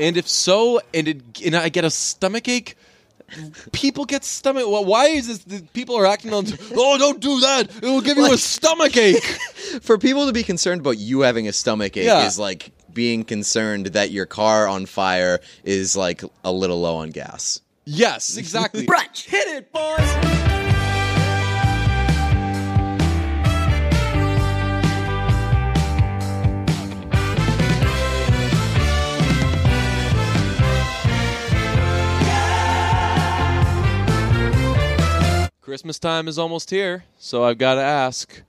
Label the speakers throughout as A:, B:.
A: And if so, and, it, and I get a stomach ache, people get stomach. Well, why is this? The people are acting on. Oh, don't do that. It will give you a
B: Like-
A: stomach ache.
B: For people to be concerned about you having a stomach ache
A: Yeah.
B: is like being concerned that your car on fire is like a little low on gas.
A: yes, exactly.
C: Brunch.
A: Hit it, boys. Christmas time is almost here, so I've got to ask: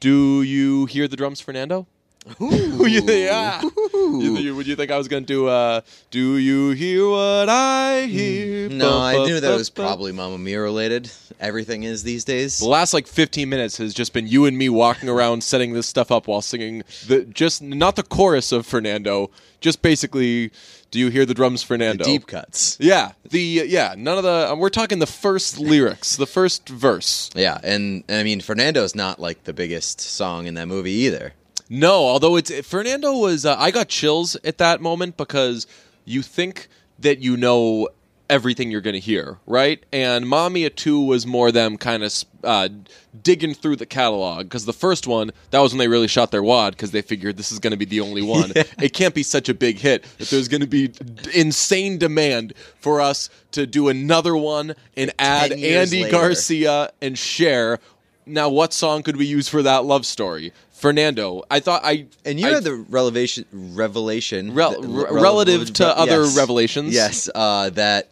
A: Do you hear the drums, Fernando? yeah. You th- you- would you think I was going to do? Uh, do you hear what I hear?
B: No,
A: Ba-
B: I
A: ba-
B: knew that
A: ba-
B: was
A: ba-
B: probably Mamma Mia related. Everything is these days.
A: The last like 15 minutes has just been you and me walking around setting this stuff up while singing the just not the chorus of Fernando, just basically do you hear the drums Fernando?
B: Deep cuts.
A: Yeah, the yeah, none of the we're talking the first lyrics, the first verse.
B: Yeah, and and I mean Fernando's not like the biggest song in that movie either.
A: No, although it's Fernando was uh, I got chills at that moment because you think that you know everything you're going to hear, right? And Mamia 2 was more them kind of uh, digging through the catalog because the first one, that was when they really shot their wad because they figured this is going to be the only one. It can't be such a big hit that there's going to be d- insane demand for us to do another one and add
B: years
A: Andy
B: later.
A: Garcia Sia and Cher. Now, what song could we use for that love story? Fernando, I thought I
B: And you
A: I-
B: had the revelation, revelation
A: Rel-
B: th-
A: re- relative to other
B: yes.
A: revelations.
B: Yes, uh, that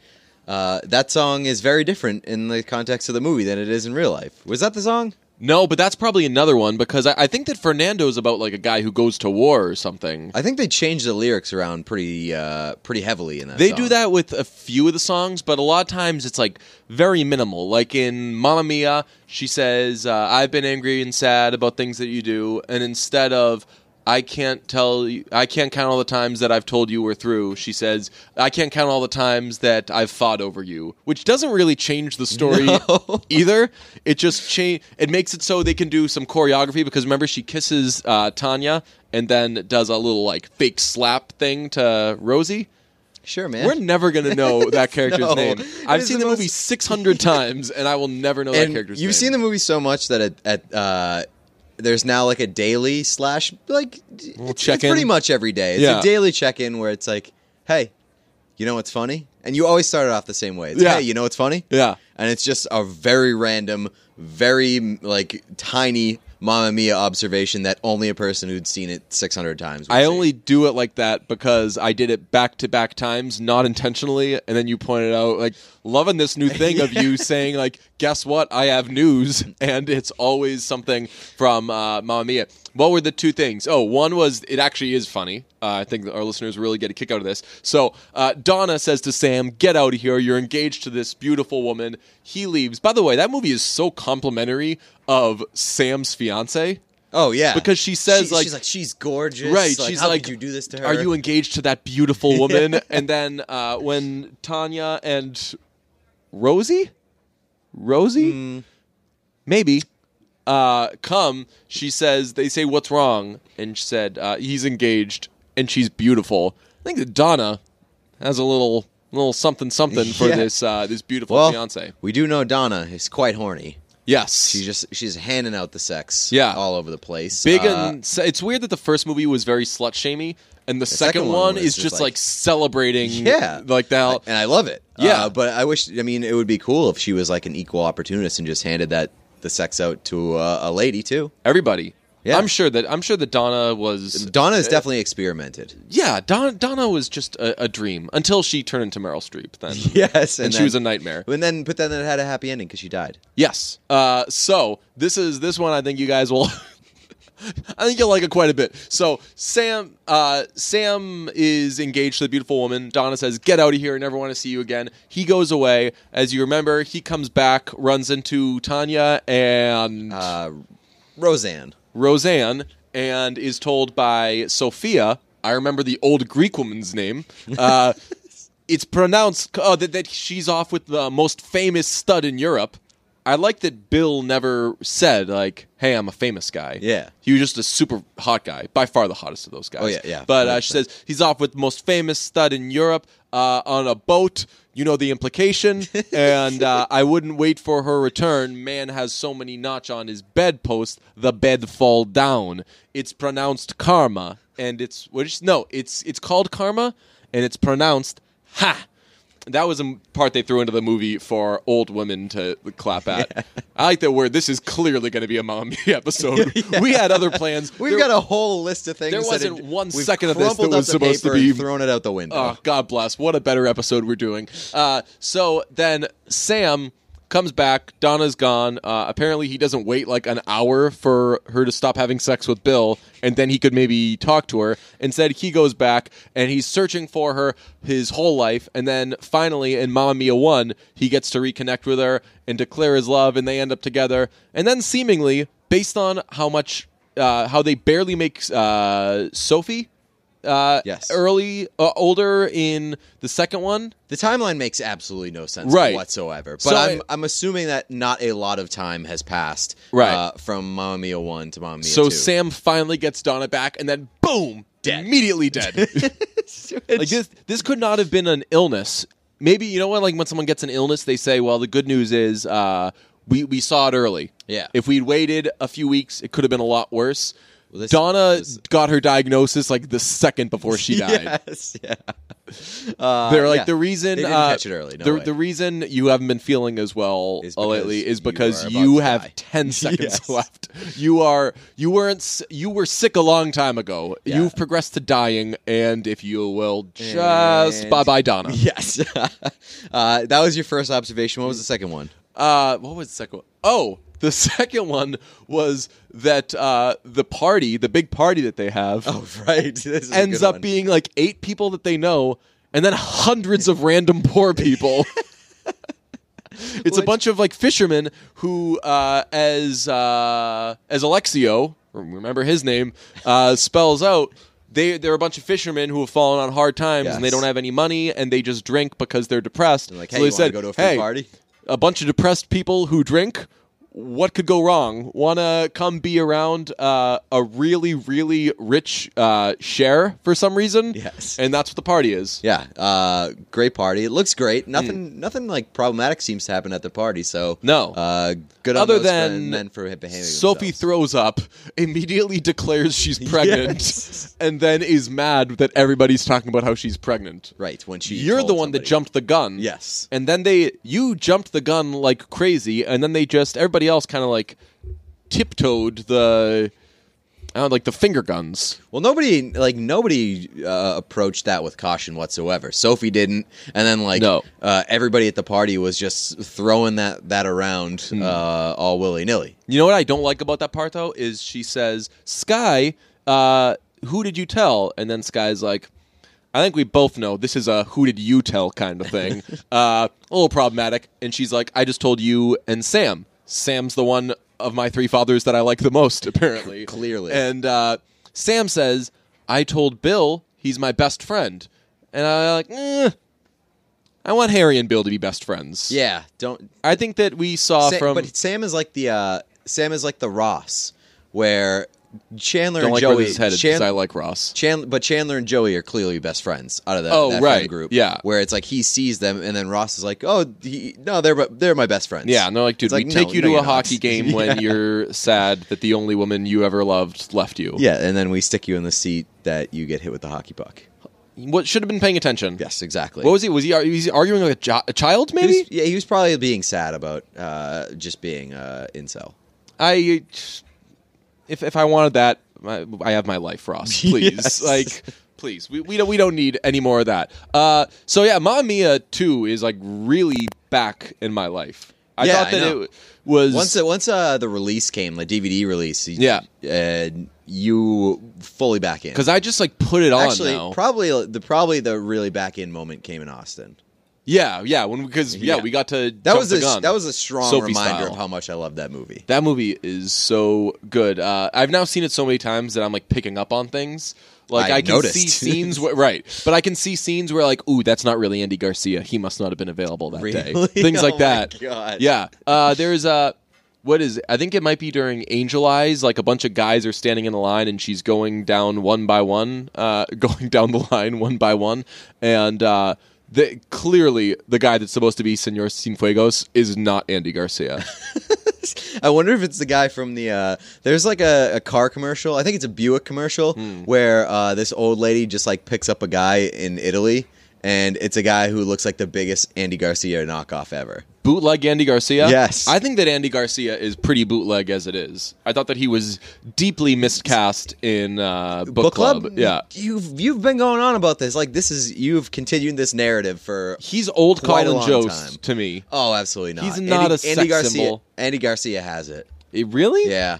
B: uh, that song is very different in the context of the movie than it is in real life. Was that the song?
A: no, but that's probably another one because I, I think that Fernando's about like a guy who goes to war or something.
B: I think they changed the lyrics around pretty uh, pretty heavily in that.
A: They
B: song.
A: do that with a few of the songs, but a lot of times it's like very minimal. Like in Mamma Mia, she says, uh, "I've been angry and sad about things that you do," and instead of "I can't tell you, I can't count all the times that I've told you we're through," she says, "I can't count all the times that I've fought over you," which doesn't really change the story either. It just change. It makes it so they can do some choreography because remember she kisses uh, Tanya and then does a little like fake slap thing to Rosie.
B: Sure, man.
A: We're never gonna know that character's
B: No.
A: name.
B: It
A: I've
B: is
A: seen
B: the
A: the,
B: most-
A: movie six hundred times, and I will never know that
B: and
A: character's
B: you've
A: name.
B: seen the movie so much that at, at uh, there's now like a daily slash like d- it's, it's
A: check-in?
B: pretty much every day. It's
A: Yeah.
B: a daily check in where it's like, hey, you know what's funny? And you always start it off the same way. It's,
A: Yeah.
B: Hey, you know what's funny?
A: Yeah.
B: And it's just a very random, very like tiny Mamma Mia observation that only a person who'd seen it 600 times. Would
A: I
B: see.
A: only do it like that because I did it back to back times, not intentionally, and then you pointed out like loving this new thing of you saying like, "Guess what? I have news," and it's always something from uh, Mamma Mia. What were the two things? Oh, one was it actually is funny. Uh, I think that our listeners really get a kick out of this. So uh, Donna says to Sam, "Get out of here! You're engaged to this beautiful woman." He leaves. By the way, that movie is so complimentary of Sam's fiance.
B: Oh, yeah.
A: because she says,
B: She-
A: like-
B: she's like, she's gorgeous.
A: Right.
B: Like,
A: she's
B: how
A: like,
B: could you do this to her?
A: Are you engaged to that beautiful woman? And then uh, when Tanya and Rosie, Rosie,
B: Mm.
A: maybe uh, come, she says they say what's wrong, and she said uh, he's engaged and she's beautiful. I think that Donna has a little little something something for
B: Yeah.
A: this uh, this beautiful
B: well,
A: fiance.
B: we do know Donna is quite horny.
A: Yes,
B: She's just she's handing out the sex,
A: Yeah.
B: all over the place.
A: big
B: Uh,
A: and so it's weird that the first movie was very slut shamey and the, second,
B: second one
A: one
B: was
A: is
B: just
A: just like,
B: like-
A: celebrating
B: yeah,
A: like that
B: and I love it.
A: Yeah.
B: Uh, but I wish. I mean, it would be cool if she was like an equal opportunist and just handed that the sex out to uh, a lady too.
A: everybody
B: Yeah. Um,
A: i'm sure that i'm sure that donna was
B: Donna is definitely experimented.
A: yeah Don, donna was just a, a dream until she turned into meryl streep then
B: Yes,
A: and, she
B: then-
A: was a nightmare
B: And then, but then it had a happy ending because she died.
A: yes uh, so this is this one i think you guys will I think you'll like it quite a bit. So Sam, uh, Sam is engaged to the beautiful woman. Donna says, "Get out of here! I never want to see you again." He goes away. As you remember, he comes back, runs into Tanya and
B: Uh, Roseanne.
A: Roseanne and is told by Sophia. I remember the old Greek woman's name. Uh, oh, it's pronounced uh, that, that she's off with the most famous stud in Europe. I like that Bill never said like, "Hey, I'm a famous guy."
B: Yeah.
A: he was just a super hot guy, by far the hottest of those guys.
B: Oh, yeah, yeah,
A: But uh,
B: 100%.
A: she says he's off with the most famous stud in Europe uh, on a boat. You know the implication, and uh, I wouldn't wait for her return. Man has so many notch on his bedpost, the bed fall down. It's pronounced karma, and it's what is, no, it's it's called karma, and it's pronounced ha. That was a part they threw into the movie for old women to clap at. I like that word. This is clearly going to be a mommy episode. We had other plans.
B: We've
A: There-
B: got a whole list of things.
A: there
B: that
A: wasn't
B: had-
A: one
B: we've
A: second of this that
B: crumpled up
A: was
B: the
A: supposed to
B: paper and
A: be-
B: thrown it out the window.
A: Oh, God bless. What a better episode we're doing. Uh, so then Sam comes back. Donna's gone. Uh, apparently, he doesn't wait like an hour for her to stop having sex with Bill, and then he could maybe talk to her. Instead, he goes back and he's searching for her his whole life. And then finally, in Mamma Mia 1, he gets to reconnect with her and declare his love, and they end up together. And then, seemingly, based on how much. Uh, how they barely make uh, Sophie uh,
B: Yes.
A: early uh, older in the second one.
B: The timeline makes absolutely no sense
A: Right.
B: whatsoever. But
A: So
B: I'm
A: I-
B: I'm assuming that not a lot of time has passed
A: Right.
B: uh, from Mamma Mia one to Mamma Mia
A: so
B: two.
A: Sam finally gets Donna back, and then boom,
B: Dead.
A: immediately dead. like this, this could not have been an illness. Maybe you know what? Like when someone gets an illness, they say, "Well, the good news is uh, we we saw it early.
B: Yeah.
A: if we'd waited a few weeks, it could have been a lot worse."
B: Well, this-
A: Donna
B: this-
A: got her diagnosis like the second before she died.
B: Yes, yeah. Uh,
A: They're like
B: yeah.
A: the reason
B: They didn't
A: uh,
B: catch it early, no
A: the,
B: way.
A: the reason you haven't been feeling as well
B: Is
A: uh, lately
B: because
A: is
B: you
A: because
B: are
A: you,
B: about to
A: have
B: die.
A: ten seconds
B: Yes.
A: left. You are you weren't s- you were sick a long time ago.
B: Yeah.
A: You've progressed to dying, and if you will just
B: And-
A: bye bye Donna.
B: Yes. uh, that was your first observation. What was the second one?
A: Uh, what was the second one? Oh, the second one was that uh, the party, the big party that they have,
B: Oh, right. This is a
A: ends
B: good
A: up
B: one.
A: being like eight people that they know and then hundreds of random poor people. it's a
B: Which-
A: bunch of like fishermen who uh, as uh, as Alexio, remember his name, uh, spells out they they're a bunch of fishermen who have fallen on hard times and they
B: Yes.
A: don't have any money and they just drink because they're depressed.
B: like,
A: So
B: hey,
A: they
B: you wanna
A: said,
B: go to a free
A: "Hey,
B: party?"
A: a bunch of depressed people who drink. What could go wrong? Want to come be around uh, a really, really rich uh, share for some reason?
B: Yes.
A: and that's what the party is.
B: Yeah, uh, great party. It looks great.
A: Hmm.
B: Nothing, nothing like problematic seems to happen at the party. So
A: No.
B: uh, good. On
A: Other
B: those
A: than
B: men for behaving.
A: Sophie
B: themselves.
A: throws up, immediately declares she's pregnant,
B: Yes.
A: and then is mad that everybody's talking about how she's pregnant.
B: right when she.
A: You're
B: told
A: the one that
B: somebody.
A: jumped the gun.
B: Yes.
A: and then they you jumped the gun like crazy and then they just everybody else kind of like tiptoed the I don't know, like the finger guns
B: Well, nobody like nobody uh, approached that with caution whatsoever. Sophie didn't, and then like
A: No.
B: uh, everybody at the party was just throwing that that around
A: Hmm.
B: uh, all willy nilly.
A: you know what i don't like about that part though is she says sky uh, who did you tell and then sky's like i think we both know this is a who did you tell kind of thing uh, a little problematic and she's like i just told you and sam sam's the one of my three fathers that i like the most apparently
B: Clearly.
A: And uh, Sam says, "I told Bill he's my best friend," and I like, eh, I want Harry and Bill to be best friends.
B: Yeah, don't
A: I think that we saw
B: Sa-
A: from
B: but Sam is like the uh, Sam is like the Ross, where Chandler
A: don't
B: and
A: like
B: Joey
A: where this is headed because
B: Chan-
A: I like Ross.
B: Chandler, but Chandler and Joey are clearly best friends out of that,
A: Oh,
B: that
A: right.
B: friend group.
A: Yeah.
B: where it's like he sees them, and then Ross is like, "Oh, he, no, they're they're my best friends."
A: Yeah, and they're like, dude,
B: It's
A: we
B: no,
A: take you to
B: no,
A: a
B: you're not."
A: hockey game when
B: Yeah.
A: you're sad that the only woman you ever loved left you.
B: yeah, and then we stick you in the seat that you get hit with the hockey puck.
A: What should have been paying attention?
B: Yes, exactly.
A: What was he? Was he, ar- was he arguing like a, jo- a child?
B: He
A: Maybe
B: was- yeah, he was probably being sad about uh, just being uh, incel.
A: I if if I wanted that, I, I have my life, Ross. Please,
B: Yes.
A: like, please. We we don't we don't need any more of that. Uh, so yeah, Mamma Mia two is like really back in my life. I
B: Yeah,
A: thought
B: I
A: that
B: know.
A: it was
B: Once uh, once uh, the release came, the DVD release, you-
A: Yeah.
B: uh, you fully back in.
A: because I just like put it on
B: actually,
A: now.
B: probably the probably the really back in moment came in Austin.
A: Yeah, yeah. When because yeah,
B: Yeah.
A: we got to
B: That
A: jump
B: was
A: the
B: a
A: gun.
B: that was a strong
A: Sophie
B: reminder
A: style.
B: of how much I love that movie.
A: That movie is so good. Uh, I've now seen it so many times that I'm like picking up on things. Like
B: I
A: I, can
B: noticed.
A: see scenes where, right, but I can see scenes where like, ooh, that's not really Andy Garcia. He must not have been available that day.
B: Really?
A: Things
B: Oh
A: like
B: my
A: that.
B: God.
A: Yeah. Uh, there's a what is? It? I think it might be during Angel Eyes. Like a bunch of guys are standing in a line, and she's going down one by one, uh, going down the line one by one, and. Uh, the, clearly, the guy that's supposed to be Senor Cienfuegos is not Andy Garcia.
B: I wonder if it's the guy from the. Uh, there's like a, a car commercial. I think it's a Buick commercial
A: Hmm.
B: where uh, this old lady just like picks up a guy in Italy, and it's a guy who looks like the biggest Andy Garcia knockoff ever.
A: bootleg Andy Garcia?
B: Yes.
A: I think that Andy Garcia is pretty bootleg as it is. I thought that he was deeply miscast in uh, book, club. Yeah.
B: you've you've been going on about this. Like this is you've continued this narrative for.
A: He's old
B: Quite a
A: Colin
B: long
A: Jost
B: time.
A: to me.
B: Oh, absolutely not.
A: He's not a sex
B: Garcia.
A: symbol.
B: Andy Garcia has it.
A: Eh, really?
B: Yeah.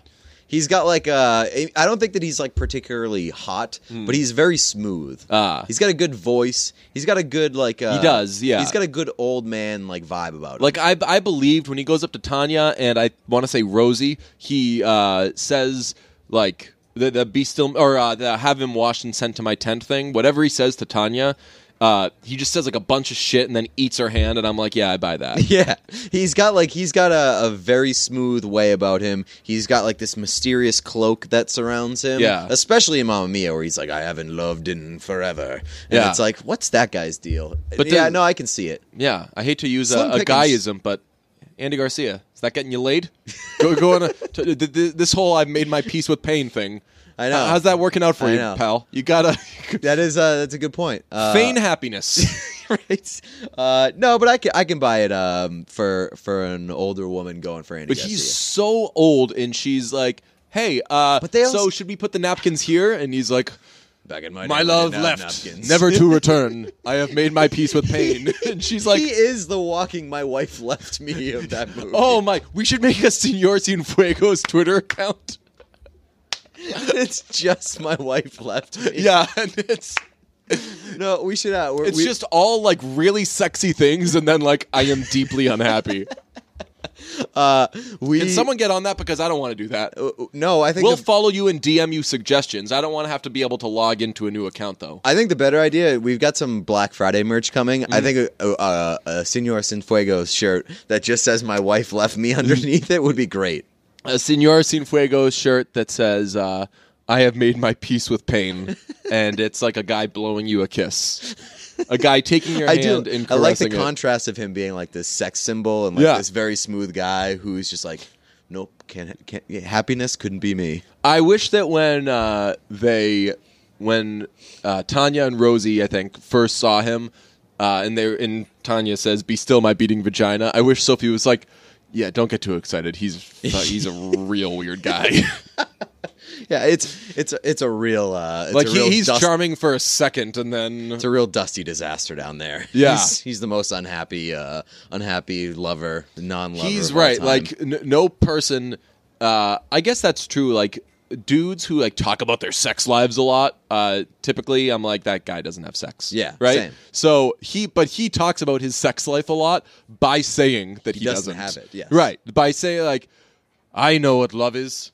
B: He's got like uh I don't think that he's like particularly hot, but he's very smooth.
A: Hmm. Ah.
B: he's got a good voice. He's got a good like uh,
A: does, yeah.
B: He's got a good old man like vibe about him.
A: Like I, I believed when he goes up to Tanya and I want to say Rosie, he uh, says like the the be still or uh, the have him washed and sent to my tent thing. Whatever he says to Tanya, uh, he just says like a bunch of shit and then eats her hand. And I'm like, yeah, I buy that.
B: Yeah. He's got like he's got a, a very smooth way about him. He's got like this mysterious cloak that surrounds him.
A: Yeah.
B: Especially in Mamma Mia where he's like, I haven't loved in forever. And
A: Yeah.
B: it's like, what's that guy's deal? But
A: But
B: yeah,
A: then-
B: no, I can see it.
A: Yeah, I hate to use
B: Slim
A: a, a
B: Pickens.
A: guyism, but Andy Garcia is that getting you laid? go go on a, to, th- th- this whole "I've made my peace with pain" thing.
B: I know.
A: How- How's that working out for
B: I
A: you,
B: know.
A: pal? You gotta
B: That is uh that's a good point. Uh,
A: feign happiness.
B: right? Uh, no, but I can I can buy it um, for for an older woman going for Andy
A: But
B: Garcia.
A: he's so old, and she's like, "Hey, uh,
B: But they also-
A: so should we put the napkins here?" And he's like,
B: back in
A: "My
B: day, we
A: love
B: didn't have
A: left,
B: napkins.
A: never to return. I have made my peace with pain." and she's like,
B: he is the walking my wife left me of that movie.
A: "Oh my, we should make a Senor Cienfuegos Twitter account."
B: it's just my wife left me.
A: Yeah, and it's.
B: No, we should. Uh, we're,
A: It's
B: we-
A: just all like really sexy things, and then like I am deeply unhappy.
B: uh, we.
A: Can someone get on that because I don't want to do that.
B: Uh, no, I think
A: We'll
B: the,
A: follow you and DM you suggestions. I don't want to have to be able to log into a new account though.
B: I think the better idea. We've got some Black Friday merch coming.
A: Mm.
B: I think a, a, a Senor Sinfuegos shirt that just says "My wife left me" underneath it would be great.
A: A Senor Cienfuegos shirt that says uh, "I have made my peace with pain," and it's like a guy blowing you a kiss, a guy taking your
B: I do.
A: hand and
B: I like the
A: caressing it.
B: contrast of him being like this sex symbol and like
A: Yeah.
B: this very smooth guy who's just like, nope, can't, can't yeah, happiness couldn't be me.
A: I wish that when uh, they, when uh, Tanya and Rosie, I think, first saw him, uh, and they and Tanya says, "Be still, my beating vagina." I wish Sophie was like, "Yeah, don't get too excited. He's uh, he's a real weird guy.
B: Yeah, it's it's it's a real uh, it's
A: like
B: a
A: he,
B: real
A: he's
B: dust-
A: charming for a second, and then
B: It's a real dusty disaster down there.
A: Yeah.
B: he's, he's the most unhappy, uh, unhappy lover, non-lover.
A: he's
B: of all
A: right.
B: time.
A: Like n- no person. Uh, I guess that's true. Like dudes who like talk about their sex lives a lot. Uh, typically, I'm like that guy doesn't have sex.
B: Yeah,
A: right.
B: same.
A: So he, but he talks about his sex life a lot by saying that he,
B: doesn't have it, yes.
A: Right. By saying like, I know what love is,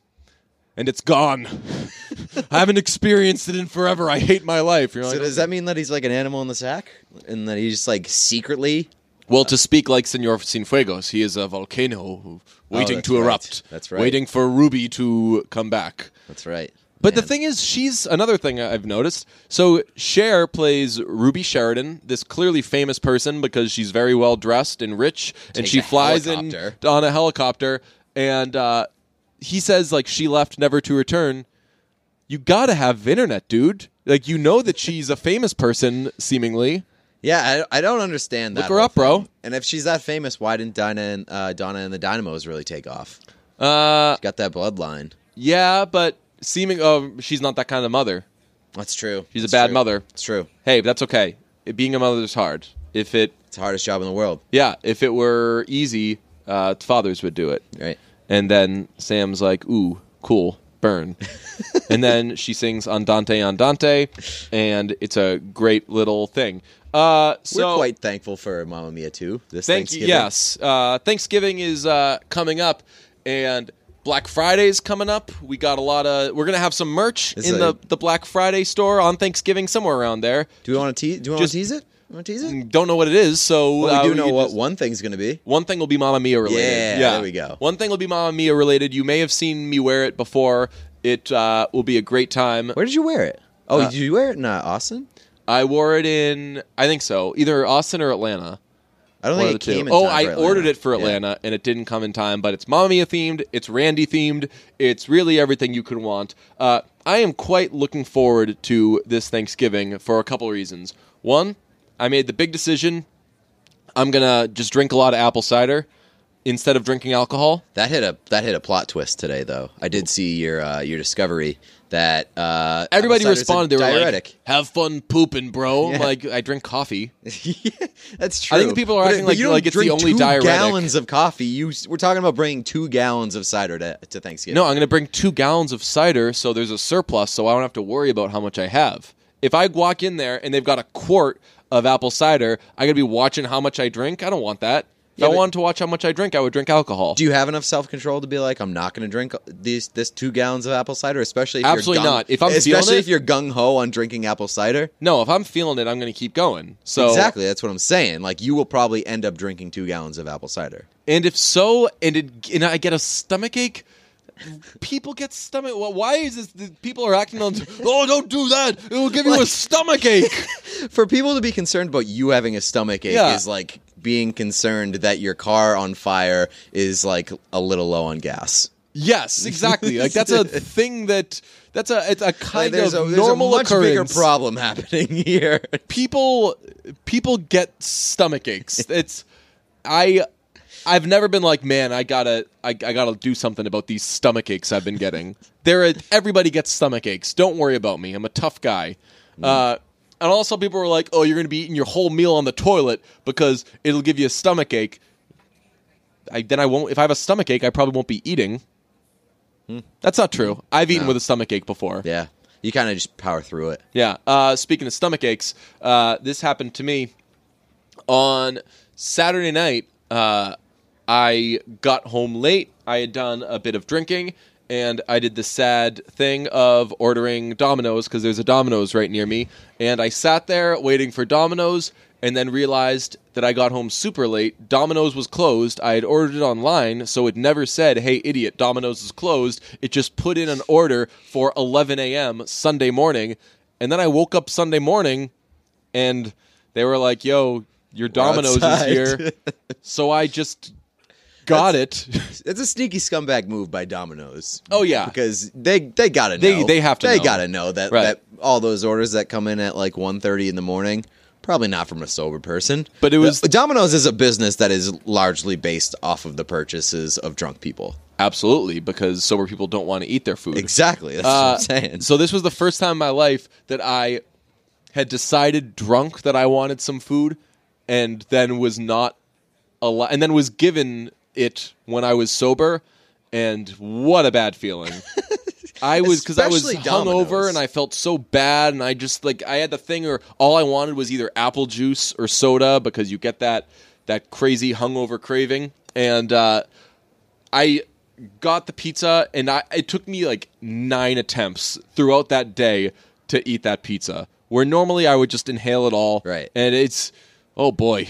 A: and it's gone. I haven't experienced it in forever. I hate my life. You're
B: so
A: like,
B: does that mean that he's like an animal in the sack, and that he's just like secretly
A: Well, to speak like Senor Sinfuegos, he is a volcano who- waiting
B: Oh, that's
A: to
B: right.
A: erupt.
B: That's right.
A: Waiting for Ruby to come back.
B: That's right.
A: But
B: Man.
A: the thing is, she's another thing I've noticed. So Cher plays Ruby Sheridan, this clearly famous person because she's very well dressed and rich, and
B: Takes
A: she
B: a
A: flies in
B: helicopter.
A: on a helicopter. And uh, he says, like, she left never to return. You gotta have internet, dude. Like, you know that she's a famous person, seemingly.
B: Yeah, I, I don't understand that.
A: her
B: whole
A: up, bro.
B: thing. And if she's that famous, why didn't Dinah and uh, Donna and the Dynamos really take off?
A: Uh,
B: Got that bloodline.
A: Yeah, but seeming oh, she's not that kind of mother.
B: That's true.
A: She's a
B: That's
A: bad
B: true.
A: mother.
B: It's true.
A: Hey, but that's okay. It- being a mother is hard. If it,
B: It's the hardest job in the world.
A: yeah, if it were easy, uh, fathers would do it.
B: Right.
A: And then Sam's like, "Ooh, cool, burn." and then she sings Andante Andante, and it's a great little thing. Uh,
B: We're
A: so
B: quite thankful for Mamma Mia 2 this
A: Thank you.
B: Thanksgiving.
A: Yes. Uh, Thanksgiving is uh, coming up, and Black Friday's coming up. We got a lot of. We're gonna have some merch
B: It's
A: in
B: like-
A: the the Black Friday store on Thanksgiving, somewhere around there.
B: Do we want to tease? Do we want
A: Just-
B: to tease it? Want to tease it?
A: Don't know what it is, so
B: Mm, Well, we
A: uh,
B: do know
A: could
B: what
A: just-
B: one thing's going to be.
A: One thing will be Mamma Mia related.
B: Yeah, there we go.
A: One thing will be Mamma Mia related. You may have seen me wear it before. It uh, will be a great time.
B: Where did you wear it? Oh,
A: Uh,
B: did you wear it in uh, Austin?
A: I wore it in, I think so, either Austin or Atlanta.
B: I don't
A: One
B: think
A: of
B: it
A: the two.
B: came. in
A: oh,
B: time
A: I
B: for Atlanta.
A: ordered it for
B: Yeah.
A: Atlanta and it didn't come in time, but it's Mamma Mia themed, it's Randy themed, it's really everything you could want. Uh, I am quite looking forward to this Thanksgiving for a couple reasons. One, I made the big decision I'm going to just drink a lot of apple cider instead of drinking alcohol.
B: That hit a that hit a plot twist today, though. I did see your uh, your discovery that uh,
A: Everybody
B: apple cider's a
A: responded. They were
B: diuretic.
A: like, "Have fun pooping, bro." I'm
B: Yeah.
A: like, "I drink coffee."
B: Yeah, that's true.
A: I think people are
B: But- uh,
A: acting
B: but
A: like-
B: you don't
A: like it's the
B: drink
A: only
B: two
A: diuretic.
B: gallons of coffee. You s- we're talking about bringing two gallons of cider to, to Thanksgiving.
A: No, I'm going to bring two gallons of cider, so there's a surplus, so I don't have to worry about how much I have. If I walk in there and they've got a quart of apple cider, I got to be watching how much I drink. I don't want that. If
B: Yeah,
A: I
B: but-
A: wanted to watch how much I drink, I would drink alcohol.
B: Do you have enough self control to be like, I'm not going to drink these this two gallons of apple cider, especially if
A: Absolutely
B: you're gung-
A: not. If I'm feeling
B: especially
A: it-
B: if you're gung ho on drinking apple cider.
A: no, if I'm feeling it, I'm going to keep going. So
B: exactly, that's what I'm saying. Like you will probably end up drinking two gallons of apple cider.
A: And if so, and it, and I get a stomach ache. People get stomach. Well, why is this? the People are acting on. Oh, don't do that. It will give you a
B: Like-
A: stomach ache.
B: For people to be concerned about you having a stomach ache
A: Yeah.
B: is like being concerned that your car on fire is like a little low on gas.
A: yes, exactly. Like that's a thing that that's a it's a
B: Like,
A: kind
B: there's
A: of
B: a, there's
A: normal
B: a much bigger
A: occurrence.
B: problem happening here.
A: people people get stomach aches. It's I I've never been like, man, I gotta I, I gotta do something about these stomach aches I've been getting. there everybody gets stomach aches. Don't worry about me. I'm a tough guy. Uh and also people were like, "Oh, you're going to be eating your whole meal on the toilet because it'll give you a stomach ache." I, then I won't. If I have a stomach ache, I probably won't be eating. That's not true. I've eaten
B: No.
A: with a stomach ache before.
B: yeah, you kind of just power through it.
A: Yeah. Uh, speaking of stomach aches, uh, this happened to me on Saturday night. Uh, I got home late. I had done a bit of drinking, and I did the sad thing of ordering Domino's because there's a Domino's right near me. And I sat there waiting for Domino's, and then realized that I got home super late. Domino's was closed. I had ordered it online, so it never said, "Hey, idiot, Domino's is closed." It just put in an order for 11 a.m. Sunday morning, and then I woke up Sunday morning and they were like, "Yo, your Domino's is
B: outside.
A: here." so I just got it.
B: It's a sneaky scumbag move by Domino's.
A: Oh, yeah.
B: because they they gotta know.
A: They- they have to
B: They
A: know.
B: gotta know that
A: Right.
B: that all those orders that come in at like 1.30 in the morning. Probably not from a sober person,
A: But it was-
B: The- Domino's is a business that is largely based off of the purchases of drunk people.
A: Absolutely, because sober people don't want to eat their food.
B: Exactly, that's
A: Uh,
B: what I'm saying.
A: So this was the first time in my life that I had decided drunk that I wanted some food, and then was not al- and then was given it when I was sober, and what a bad feeling. I was because I was
B: Especially
A: hungover
B: Domino's.
A: and I felt so bad, and I just like I had the thing, or all I wanted was either apple juice or soda because you get that that crazy hungover craving, and uh, I got the pizza and I it took me like 9 attempts throughout that day to eat that pizza. Where normally I would just inhale it all.
B: Right.
A: And it's oh boy. I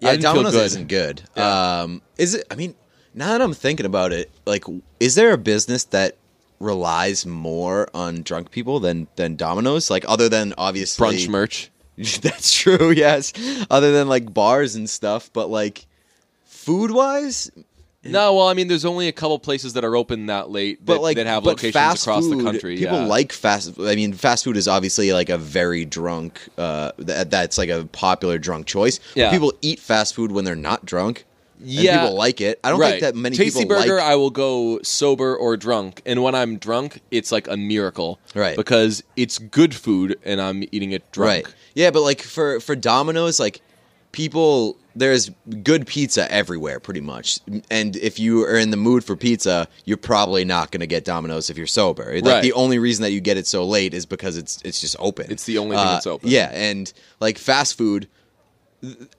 B: Yeah,
A: didn't feel
B: Domino's
A: good.
B: isn't good.
A: Yeah.
B: Um, is it? I mean, now that I'm thinking about it, like, is there a business that relies more on drunk people than than Domino's? Like, other than obviously
A: brunch merch.
B: That's true. Yes, other than like bars and stuff, but like food wise,
A: No, well, I mean, there's only a couple places that are open that late, that,
B: but like
A: that have
B: but
A: locations
B: fast
A: across the
B: food,
A: country.
B: People
A: yeah.
B: like fast. I mean, fast food is obviously like a very drunk. Uh, that, that's like a popular drunk choice. But
A: Yeah.
B: people eat fast food when they're not drunk. and
A: Yeah.
B: people like it. I don't
A: right.
B: think that many
A: Tasty
B: people
A: Burger,
B: like.
A: I will go sober or drunk, and when I'm drunk, it's like a miracle,
B: Right.
A: Because it's good food, and I'm eating it drunk.
B: Right. Yeah, but like for for Domino's, like people there's good pizza everywhere pretty much. And if you are in the mood for pizza, you're probably not going to get Domino's if you're sober. Like
A: Right.
B: the only reason that you get it so late is because it's it's just open.
A: It's the only thing that's open.
B: Yeah, and like fast food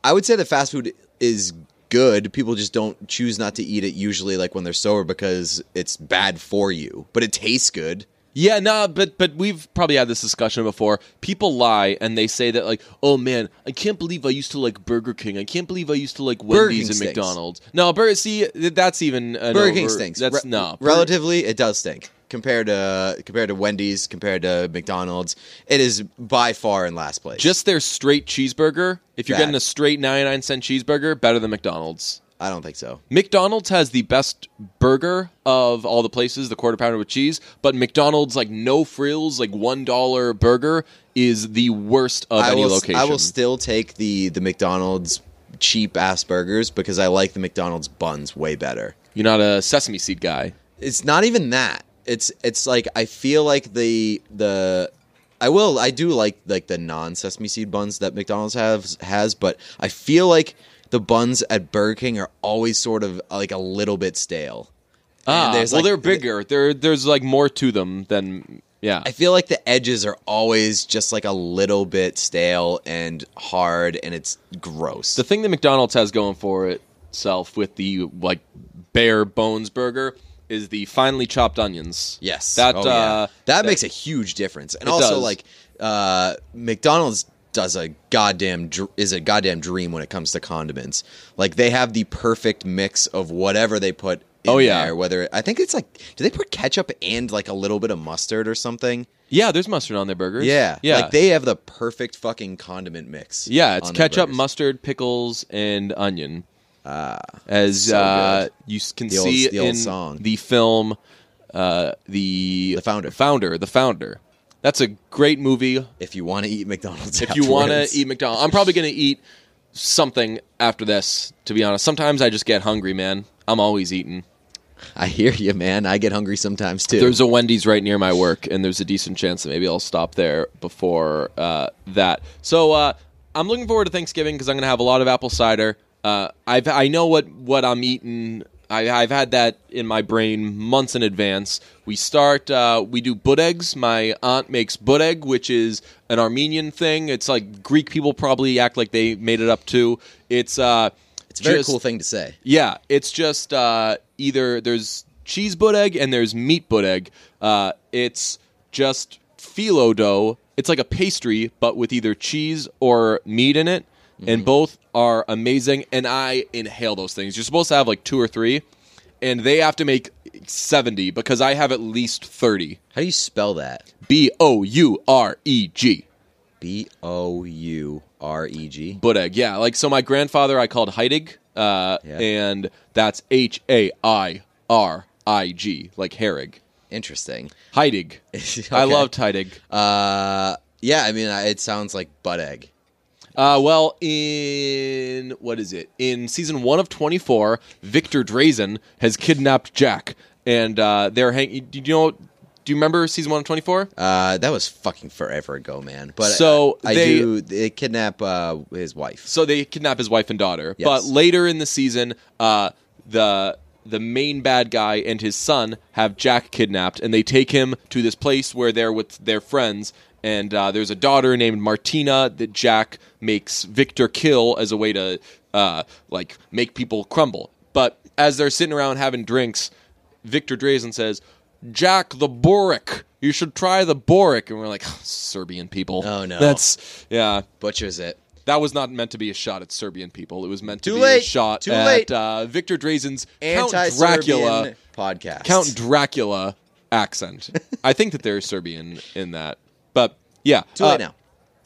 B: I would say that fast food is good. People just don't choose not to eat it usually, like when they're sober, because it's bad for you. But it tastes good.
A: Yeah, no, but but we've probably had this discussion before. People lie and they say that like, oh man, I can't believe I used to like Burger King. I can't believe I used to like
B: Burger
A: Wendy's
B: King
A: and
B: stinks.
A: McDonald's. No, Burger. See, th- that's even an
B: Burger King
A: over-
B: stinks.
A: That's
B: Re-
A: no Bur-
B: Relatively, it does stink compared to compared to Wendy's, compared to McDonald's. It is by far in last place.
A: Just their straight cheeseburger. If you're
B: Bad.
A: getting a straight ninety nine cent cheeseburger, better than McDonald's.
B: I don't think so.
A: McDonald's has the best burger of all the places, the quarter pounder with cheese, but McDonald's like no frills, like one dollar burger is the worst of
B: I
A: any
B: will,
A: location.
B: I will still take the the McDonald's cheap ass burgers because I like the McDonald's buns way better.
A: You're not a sesame seed guy.
B: It's not even that. It's it's like I feel like the the I will I do like like the non sesame seed buns that McDonald's has has, but I feel like the buns at Burger King are always sort of like a little bit stale. And
A: Ah, well,
B: there's, like,
A: they're bigger. There, there's like more to them than yeah.
B: I feel like the edges are always just like a little bit stale and hard, and it's gross.
A: the thing that McDonald's has going for itself with the like bare bones burger is the finely chopped onions.
B: Yes,
A: that
B: Oh,
A: uh,
B: yeah. that, makes a huge difference, and
A: It
B: also
A: does.
B: like uh, McDonald's does a goddamn dr- is a goddamn dream when it comes to condiments. Like they have the perfect mix of whatever they put. In
A: Oh, yeah.
B: there, whether I think it's like, do they put ketchup and like a little bit of mustard or something?
A: yeah. There's mustard on their burgers.
B: Yeah,
A: yeah.
B: Like they have the perfect fucking condiment mix.
A: yeah, it's
B: on their
A: ketchup,
B: burgers.
A: mustard, pickles, and onion. Ah, as uh,
B: good.
A: you s- can
B: The old-
A: see
B: the old
A: in
B: song.
A: the film, uh, the
B: The Founder.
A: founder, the founder. That's a great movie.
B: If you want to eat McDonald's,
A: if you want to
B: afterwards.
A: eat McDonald's, I'm probably going to eat something after this. To be honest, sometimes I just get hungry, man. I'm always eating.
B: I hear you, man. I get hungry sometimes too.
A: There's a Wendy's right near my work, and there's a decent chance that maybe I'll stop there before uh, that. So uh, I'm looking forward to Thanksgiving because I'm going to have a lot of apple cider. Uh, I've I know what what I'm eating. I, I've had that in my brain months in advance. We start. Uh, we do butt eggs. My aunt makes butt egg, which is an Armenian thing. It's like Greek people probably act like they made it up too. It's uh,
B: it's a very
A: just-
B: cool thing to say.
A: yeah, it's just uh, either there's cheese butt egg and there's meat butt egg. Uh, it's just phyllo dough. It's like a pastry, but with either cheese or meat in it, and both are amazing. And I inhale those things. You're supposed to have like two or three, and they have to make seventy because I have at least thirty.
B: How do you spell that?
A: B o u r e g.
B: B O U R E G.
A: Butt egg, uh, yeah. Like so, my grandfather I called Heidig, uh,
B: Yeah.
A: and that's H A I R I G, like Herrig.
B: Interesting.
A: Heidig. I
B: Okay.
A: loved Heidig.
B: Uh, yeah, I mean, I- it sounds like butt egg.
A: Uh, well, in what is it? In season one of Twenty Four, Victor Drazen has kidnapped Jack, and uh, they're hanging. Do you know? Do you remember season one of Twenty Four?
B: Uh, that was fucking forever ago, man. But
A: So
B: I, I
A: they-
B: do. They kidnap uh, his wife.
A: So they kidnap his wife and daughter.
B: Yes.
A: But later in the season, uh, the the main bad guy and his son have Jack kidnapped, and they take him to this place where they're with their friends. And uh, there's a daughter named Martina that Jack makes Victor kill as a way to uh, like make people crumble. But as they're sitting around having drinks, Victor Drazen says, "Jack the Boric, you should try the Boric." And we're like, "Serbian people."
B: Oh, no.
A: that's yeah.
B: Butchers it.
A: That was not meant to be a shot at Serbian people. It was meant to
B: Too
A: be a
B: late.
A: shot
B: Too
A: at
B: late.
A: Uh, Victor Drazen's Count
B: Anti-Serbian
A: Dracula
B: podcast.
A: Count Dracula accent. I think that there's Serbian in that, but yeah,
B: Too late
A: uh,
B: now.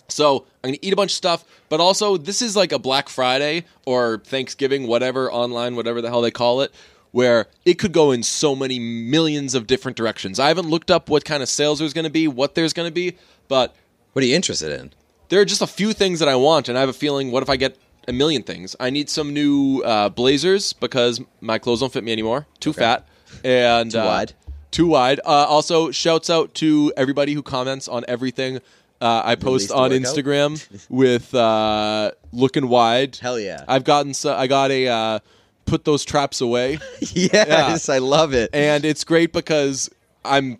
A: So I'm gonna eat a bunch of stuff, but also this is like a Black Friday or Thanksgiving, whatever online, whatever the hell they call it, where it could go in so many millions of different directions. I haven't looked up what kind of sales there's gonna be, what there's gonna be, but
B: What are you interested in?
A: there are just a few things that I want, and I have a feeling what if I get a million things? I need some new uh, blazers because my clothes don't fit me anymore. Too fat and too
B: wide.
A: Too wide. Uh, also, shouts out to everybody who comments on everything uh, I post
B: the
A: on
B: workout?
A: Instagram with uh, looking wide.
B: Hell yeah.
A: I've gotten so I got a uh, put those traps away
B: yes, I love it.
A: and it's great because I'm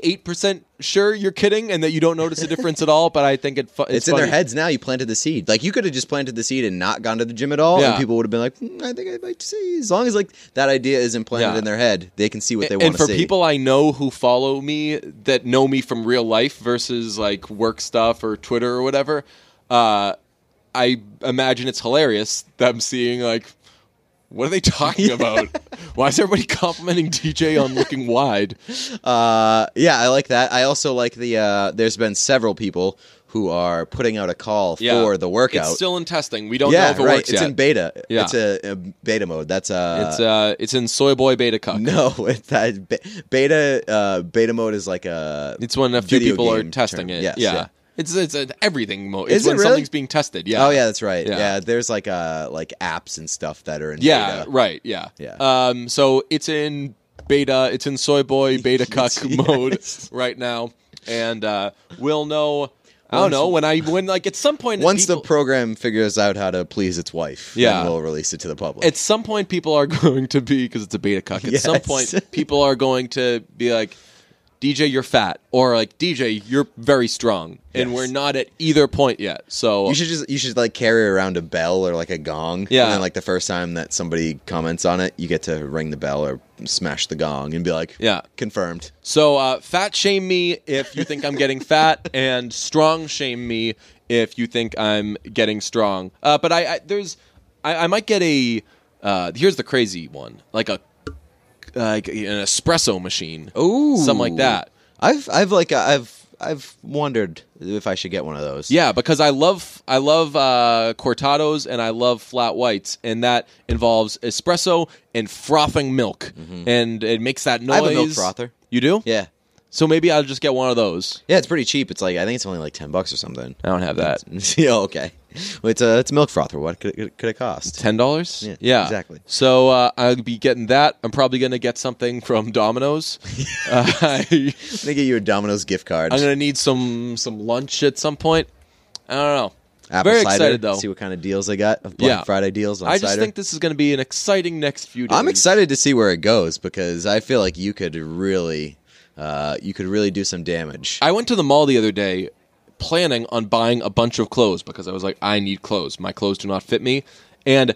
A: 88% sure you're kidding and that you don't notice a difference at all, but I think it fu- it's,
B: It's, in their
A: funny.
B: heads now. You planted the seed. Like you could have just planted the seed and not gone to the gym at all,
A: Yeah.
B: and people would have been like, "Hmm, "I think I might see." As long as like that idea is implanted
A: Yeah.
B: in their head, they can see what they
A: A-
B: want
A: and
B: to
A: for
B: see.
A: people I know who follow me that know me from real life versus like work stuff or Twitter or whatever, uh, I imagine it's hilarious them seeing like, what are they talking about? Why is everybody complimenting DJ on looking wide?
B: Uh, yeah, I like that. I also like the. Uh, there's been several people who are putting out a call
A: Yeah.
B: for the workout.
A: It's still in testing. We don't know
B: yeah,
A: if it
B: right.
A: works
B: it's
A: yet.
B: in beta.
A: Yeah.
B: It's a, a beta mode. That's uh,
A: it's uh, it's in soy boy beta cuck.
B: no, it's that be- beta. Uh, beta mode is like a.
A: It's when a few
B: Video
A: people are
B: game
A: testing
B: term.
A: it.
B: Yes,
A: yeah.
B: yeah.
A: It's it's uh, everything mode. It's
B: Is it
A: when
B: really?
A: something's being tested. Yeah.
B: Oh yeah, that's right.
A: Yeah.
B: Yeah, there's like uh like apps and stuff that are in
A: Yeah,
B: beta.
A: right. Yeah.
B: Yeah.
A: Um, so it's in beta. It's in soy boy beta
B: Yes,
A: cuck
B: yes.
A: mode right now, and uh, we'll know. I don't
B: Once-
A: know when I when like at some point
B: Once
A: people,
B: the program figures out how to please its wife,
A: Yeah.
B: then we'll release it to the public.
A: at some point people are going to be because it's a beta cuck. At some
B: Yes.
A: point people are going to be like. DJ, you're fat, or like DJ, you're very strong, and
B: Yes.
A: we're not at either point yet. So
B: you should just you should like carry around a bell or like a gong.
A: Yeah.
B: And then like the first time that somebody comments on it, you get to ring the bell or smash the gong and be like,
A: Yeah.
B: confirmed.
A: So uh, fat shame me if you think I'm getting fat, and strong shame me if you think I'm getting strong. Uh, but I, I there's I, I might get a uh, here's the crazy one like a like an espresso machine, Oh,
B: Ooh,
A: something like that.
B: I've I've like I've I've wondered if I should get one of those.
A: Yeah, because I love I love uh, cortados and I love flat whites, and that involves espresso and frothing milk, and it makes that noise.
B: Mm-hmm. have a milk frother.
A: You do?
B: yeah,
A: So maybe I'll just get one of those.
B: yeah. It's pretty cheap. It's like I think it's only like ten bucks or something.
A: I don't have that.
B: yeah, okay. Well, it's a it's a milk frother. What could it, could it cost?
A: Ten dollars?
B: Yeah, exactly.
A: So uh, I'll be getting that. I'm probably gonna get something from Domino's. uh, I,
B: They get you a Domino's gift card.
A: I'm gonna need some some lunch at some point. I don't know.
B: Apple
A: Very
B: cider,
A: excited though.
B: See what kind of deals they got. Black
A: Yeah.
B: Friday deals on
A: I just
B: cider.
A: think this is gonna be an exciting next few days.
B: I'm excited to see where it goes because I feel like you could really, uh, you could really do some damage.
A: I went to the mall the other day planning on buying a bunch of clothes because I was like, I need clothes. My clothes do not fit me. And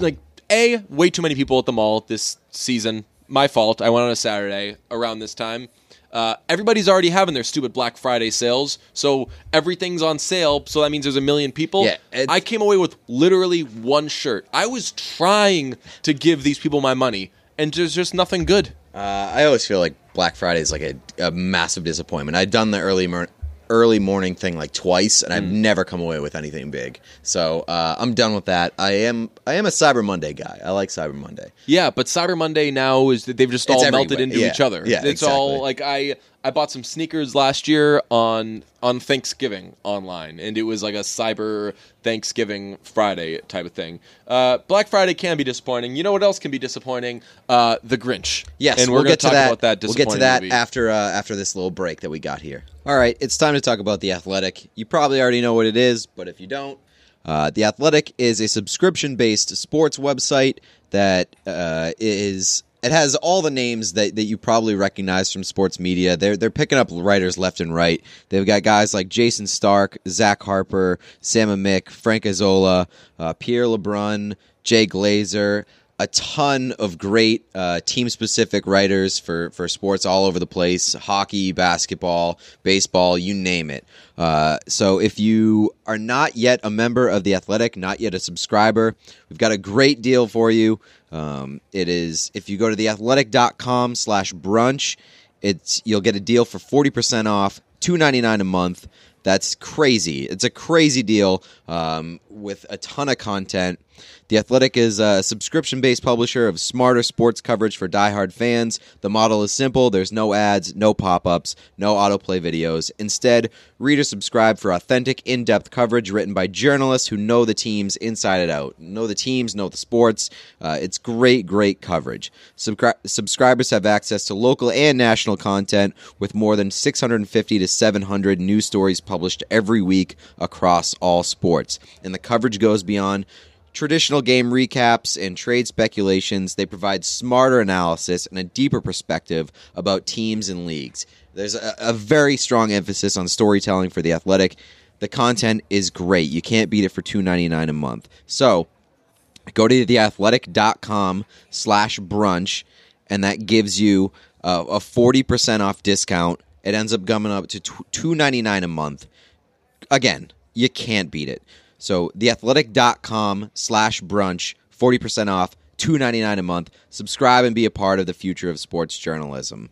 A: like A, way too many people at the mall this season. My fault. I went on a Saturday around this time. Uh, everybody's already having their stupid Black Friday sales, so everything's on sale. So that means there's a million people.
B: Yeah, it's-
A: I came away with literally one shirt. I was trying to give these people my money, and there's just nothing good.
B: Uh, I always feel like Black Friday is like a, a massive disappointment. I've done the early mor- early morning thing like twice, and
A: Mm.
B: I've never come away with anything big. So uh, I'm done with that. I am I am a Cyber Monday guy. I like Cyber Monday.
A: Yeah, but Cyber Monday now is that they've just all melted
B: everywhere.
A: into
B: Yeah.
A: each other.
B: Yeah,
A: it's all
B: exactly.
A: like I I bought some sneakers last year on on Thanksgiving online, and it was like a Cyber Thanksgiving Friday type of thing. Uh, Black Friday can be disappointing. You know what else can be disappointing? Uh, the Grinch.
B: Yes,
A: and
B: we'll
A: gonna
B: get to
A: talk
B: that.
A: about that.
B: we'll get to
A: disappointing
B: that
A: movie.
B: after uh, after this little break that we got here. All right, it's time to talk about the Athletic. You probably already know what it is, but if you don't, uh, the Athletic is a subscription-based sports website that uh, is. It has all the names that, that you probably recognize from sports media. They're they're picking up writers left and right. They've got guys like Jason Stark, Zach Harper, Sam Amick, Frank Azola, uh, Pierre LeBrun, Jay Glazer a ton of great uh, team specific writers for, for sports all over the place hockey, basketball, baseball, you name it. Uh, so if you are not yet a member of The Athletic, not yet a subscriber, we've got a great deal for you. Um, it is if you go to theathletic.com slash brunch, it's you'll get a deal for 40% off, two ninety nine a month. That's crazy. It's a crazy deal um, with a ton of content. The Athletic is a subscription based publisher of smarter sports coverage for diehard fans. The model is simple there's no ads, no pop ups, no autoplay videos. Instead, readers subscribe for authentic, in depth coverage written by journalists who know the teams inside and out, know the teams, know the sports. Uh, it's great, great coverage. Subscri- subscribers have access to local and national content with more than 650 to 700 news stories published every week across all sports. And the coverage goes beyond traditional game recaps and trade speculations, they provide smarter analysis and a deeper perspective about teams and leagues. There's a, a very strong emphasis on storytelling for the athletic. The content is great. You can't beat it for $2.99 a month. So go to theathletic.com slash brunch and that gives you uh, a 40% off discount it ends up coming up to tw- 299 a month again you can't beat it so theathletic.com slash brunch 40% off 299 a month subscribe and be a part of the future of sports journalism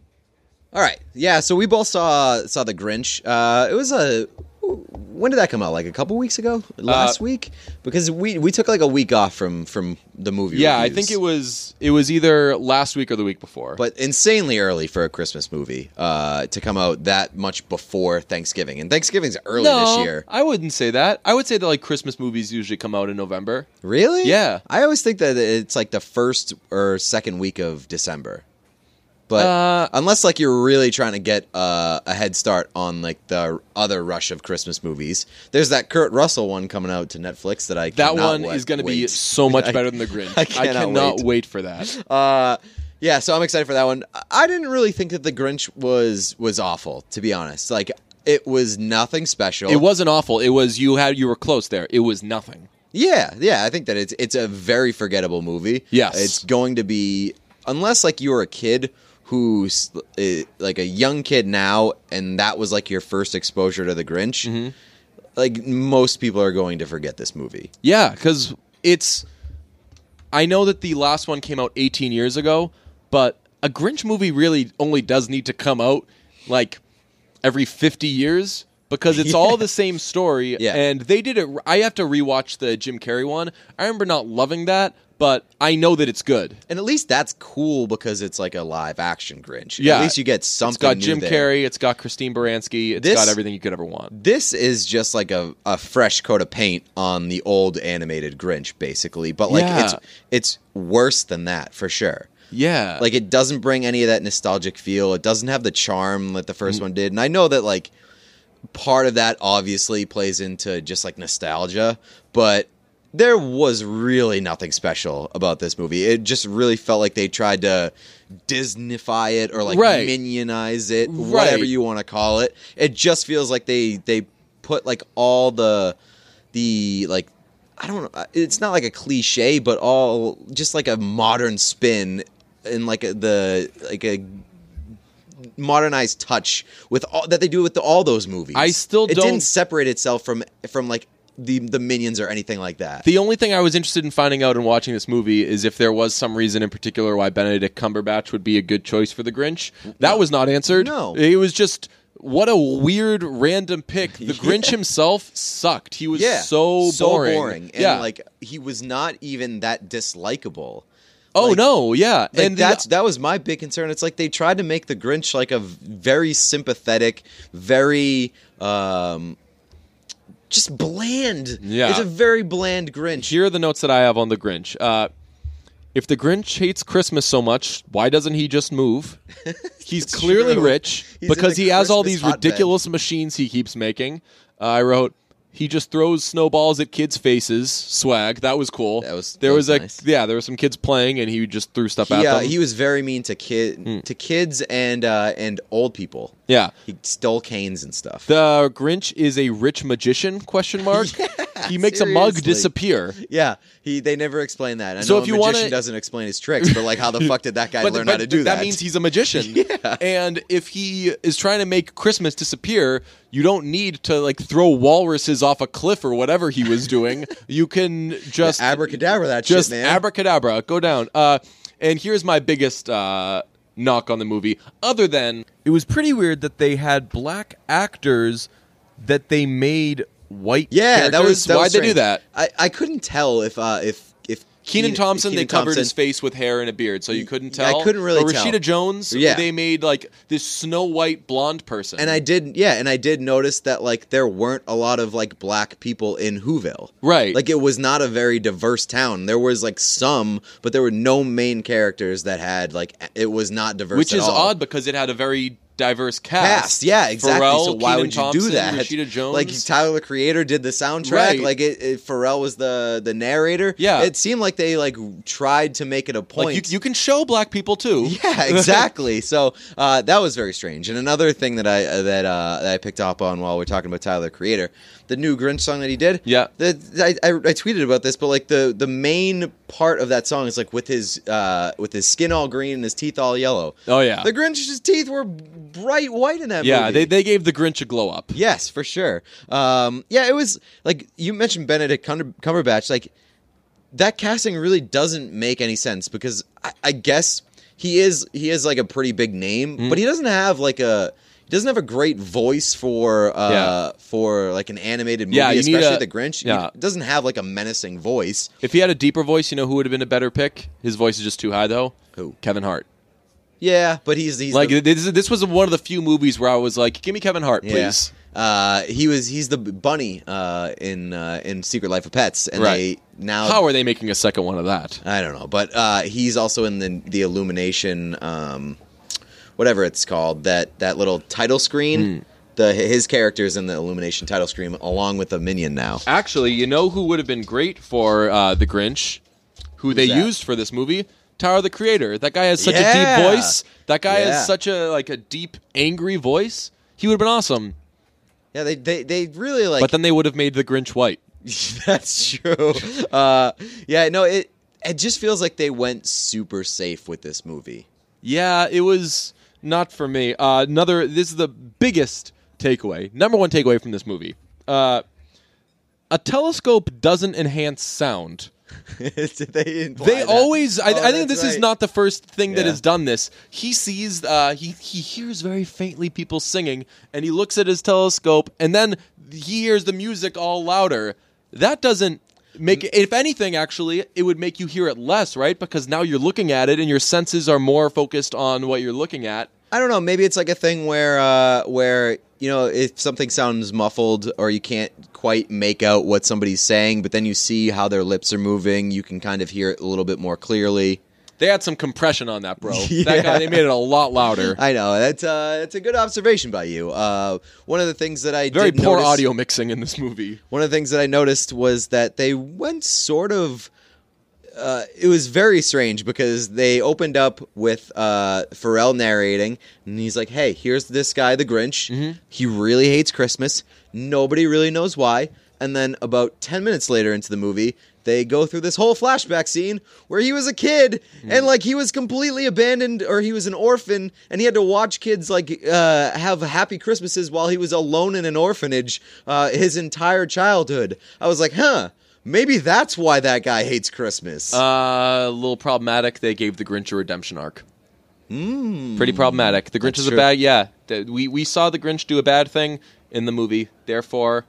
B: all right yeah so we both saw saw the grinch uh, it was a when did that come out like a couple weeks ago
A: Uh,
B: last week because we we took like a week off from from the movie
A: Yeah, I
B: reviews.
A: think it was it was either last week or the week before.
B: but insanely early for a Christmas movie uh, to come out that much before Thanksgiving. And Thanksgiving's early
A: no,
B: this year.
A: I wouldn't say that. I would say that like Christmas movies usually come out in November.
B: Really?
A: Yeah.
B: I always think that it's like the first or second week of December. But
A: Uh,
B: unless like you're really trying to get uh, a head start on like the other rush of Christmas movies, there's that Kurt Russell one coming out to Netflix that I
A: That
B: cannot
A: one
B: wa-
A: is going to be
B: wait.
A: so much
B: I-
A: better than the Grinch.
B: I cannot
A: wait.
B: wait.
A: for that.
B: Uh, yeah, so I'm excited for that one. I- I didn't really think that the Grinch was was awful, to be honest. Like it was nothing special.
A: It wasn't awful. It was you had you were close there. It was nothing.
B: Yeah, yeah. I think that it's it's a very forgettable movie.
A: Yes.
B: it's going to be unless like you were a kid who's uh, like a young kid now, and that was like your first exposure to the Grinch.
A: Mm-hmm.
B: Like most people are going to forget this movie.
A: Yeah, because it's. I know that the last one came out 18 years ago, but a Grinch movie really only does need to come out like every 50 years because it's all the same story.
B: Yeah.
A: And they did it. I have to rewatch the Jim Carrey one. I remember not loving that, but I know that it's good.
B: And at least that's cool because it's like a live action Grinch.
A: Yeah.
B: at least you get something.
A: It's got
B: new
A: Jim
B: there.
A: Carrey. It's got Christine Baranski. It's
B: This-
A: got everything you could ever want.
B: This is just like a, a fresh coat of paint on the old animated Grinch, basically. But like
A: Yeah.
B: it's it's worse than that for sure.
A: Yeah.
B: like it doesn't bring any of that nostalgic feel it doesn't have the charm that the first
A: Mm.
B: one did and i know that like part of that obviously plays into just like nostalgia but there was really nothing special about this movie it just really felt like they tried to disneyfy it or like
A: Right.
B: minionize it whatever
A: Right.
B: you want to call it it just feels like they they put like all the the like I don't know. uh, It's not like a cliche, but all just like a modern spin and like a, the like a modernized touch with all that they do with the, all those movies.
A: I still
B: it
A: don't-
B: didn't separate itself from from like the the minions or anything like that.
A: The only thing I was interested in finding out in watching this movie is if there was some reason in particular why Benedict Cumberbatch would be a good choice for the Grinch. That was not answered.
B: No.
A: It was just what a weird random pick. The Grinch himself sucked. He was
B: yeah,
A: so, boring.
B: and
A: yeah.
B: like he was not even that dislikable.
A: oh
B: like-
A: no, yeah.
B: Like
A: and the-
B: that's that was my big concern. It's like they tried to make the Grinch like a v- very sympathetic, very um just bland.
A: Yeah.
B: It's a very bland Grinch.
A: here are the notes that I have on the Grinch. Uh, if the Grinch hates Christmas so much, why doesn't he just move? He's clearly
B: true.
A: rich
B: He's in
A: because
B: the
A: he has all
B: Christmas
A: these
B: hotbed.
A: ridiculous machines he keeps making. Uh, I wrote, he just throws snowballs at kids' faces. Swag. That was cool.
B: That was-
A: there
B: that
A: was,
B: was
A: a
B: nice.
A: yeah. There were some kids playing, and he just threw stuff at
B: He, uh,
A: them.
B: he was very mean to kid
A: Hmm.
B: to kids and uh and old people.
A: yeah.
B: He stole canes and stuff.
A: The Grinch is a rich magician? Question mark. he makes a mug
B: seriously.
A: disappear.
B: yeah, he they never explain that. I
A: So
B: know
A: if
B: a
A: you wanna-
B: magician doesn't explain his tricks, but like how the fuck did that guy learn how to do that?
A: That means he's a magician. And if he is trying to make Christmas disappear, you don't need to like throw walruses off a cliff or whatever he was doing. you can just
B: abracadabra that
A: just
B: shit, man.
A: abracadabra, go down. Uh, and here's my biggest uh, knock on the movie, other than it was pretty weird that they had black actors that they made white.
B: Yeah, that
A: characters.
B: was that
A: why'd
B: was
A: they do
B: strange.
A: that?
B: I, I couldn't tell if uh, if if
A: Keenan Thompson, they
B: Keenan
A: covered
B: Thompson-
A: his face with hair and a beard, so you couldn't
B: I
A: tell.
B: couldn't really
A: But
B: tell.
A: Rashida Jones,
B: Yeah.
A: they made like this snow white blonde person.
B: And I did, yeah, and I did notice that like there weren't a lot of like black people in Whoville,
A: Right.
B: Like it was not a very diverse town. There was like some, but there were no main characters that had like it was not diverse,
A: which
B: at
A: is
B: all.
A: odd because it had a very diverse
B: cast.
A: cast.
B: Yeah, exactly.
A: Pharrell,
B: so why
A: Kenan
B: would you do
A: Thompson,
B: that?
A: Rashida Jones.
B: Like Tyler the Creator did the soundtrack.
A: Right.
B: Like it, it, Pharrell was the the narrator.
A: Yeah.
B: it seemed like they like tried to make it a point.
A: Like you, you can show black people too.
B: yeah, exactly. so uh, that was very strange. And another thing that I uh, that, uh, that I picked up on while we're talking about Tyler the Creator, the new Grinch song that he did.
A: Yeah.
B: the, I, I, I tweeted about this, but like the the main part of that song is like with his uh, with his skin all green and his teeth all yellow.
A: oh yeah.
B: The Grinch's teeth were bright white in that
A: yeah,
B: movie.
A: they, they gave the Grinch a glow up.
B: Yes, for sure. Um, yeah, it was like you mentioned Benedict Cumber- Cumberbatch. Like that casting really doesn't make any sense because I, I guess he is he is like a pretty big name,
A: Mm-hmm.
B: but he doesn't have like a he doesn't have a great voice for uh,
A: Yeah.
B: for like an animated movie,
A: Yeah, you need
B: especially
A: a-
B: the Grinch.
A: yeah.
B: He doesn't have like a menacing voice.
A: If he had a deeper voice, you know who would have been a better pick? His voice is just too high though.
B: Who?
A: Kevin Hart.
B: Yeah, but he's he's
A: like
B: the-
A: this, this was one of the few movies where I was like, "Give me Kevin Hart,
B: Yeah.
A: please."
B: Uh, he was he's the bunny uh, in uh, in Secret Life of Pets, and
A: Right.
B: they now
A: How are they making a second one of that?
B: I don't know, but uh, he's also in the the Illumination, um, whatever it's called that that little title
A: Hmm.
B: screen. The his character's in the Illumination title screen along with a minion now.
A: Actually, you know who would have been great for uh, the Grinch, who they
B: that?
A: used for this movie? Tyler the Creator. That guy has such a
B: Yeah.
A: deep voice. That guy
B: Yeah.
A: has such a like a deep, angry voice. He would have been awesome.
B: Yeah, they they, they really like.
A: But then they would have made the Grinch white.
B: that's true. Uh, yeah, no, it it just feels like they went super safe with this movie.
A: Yeah, it was not for me. Uh, another. This is the biggest takeaway. Number one takeaway from this movie. Uh, a telescope doesn't enhance sound.
B: Did they imply
A: They
B: that?
A: always. I,
B: Oh,
A: I think
B: that's
A: this is
B: right.
A: not the first thing that
B: Yeah.
A: has done this. He sees. Uh, he he hears very faintly people singing, and he looks at his telescope, and then he hears the music all louder. That doesn't
B: Mm.
A: make. If anything, actually, it would make you hear it less, right? Because now you're looking at it, and your senses are more focused on what you're looking at.
B: I don't know. Maybe it's like a thing where uh, where you know if something sounds muffled or you can't quite make out what somebody's saying, but then you see how their lips are moving, you can kind of hear it a little bit more clearly.
A: They had some compression on that, bro.
B: Yeah.
A: That guy. They made it a lot louder.
B: I know that's uh, that's a good observation by you. Uh, one of the things that I
A: Very
B: did
A: poor
B: notice-
A: audio mixing in this movie.
B: One of the things that I noticed was that they went sort of. Uh, it was very strange because they opened up with uh, Pharrell narrating, and he's like, "Hey, here's this guy, the Grinch. He really hates Christmas. Nobody really knows why." And then about ten minutes later into the movie, they go through this whole flashback scene where he was a kid and like he was completely abandoned or he was an orphan and he had to watch kids like uh, have happy Christmases while he was alone in an orphanage uh, his entire childhood. I was like, huh, maybe that's why that guy hates Christmas.
A: Uh, a little problematic. They gave the Grinch a redemption arc. Mm. Pretty problematic. The Grinch
B: Hmm. That's
A: is a
B: true.
A: bad. Yeah, Th- we we saw the Grinch do a bad thing in the movie. Therefore,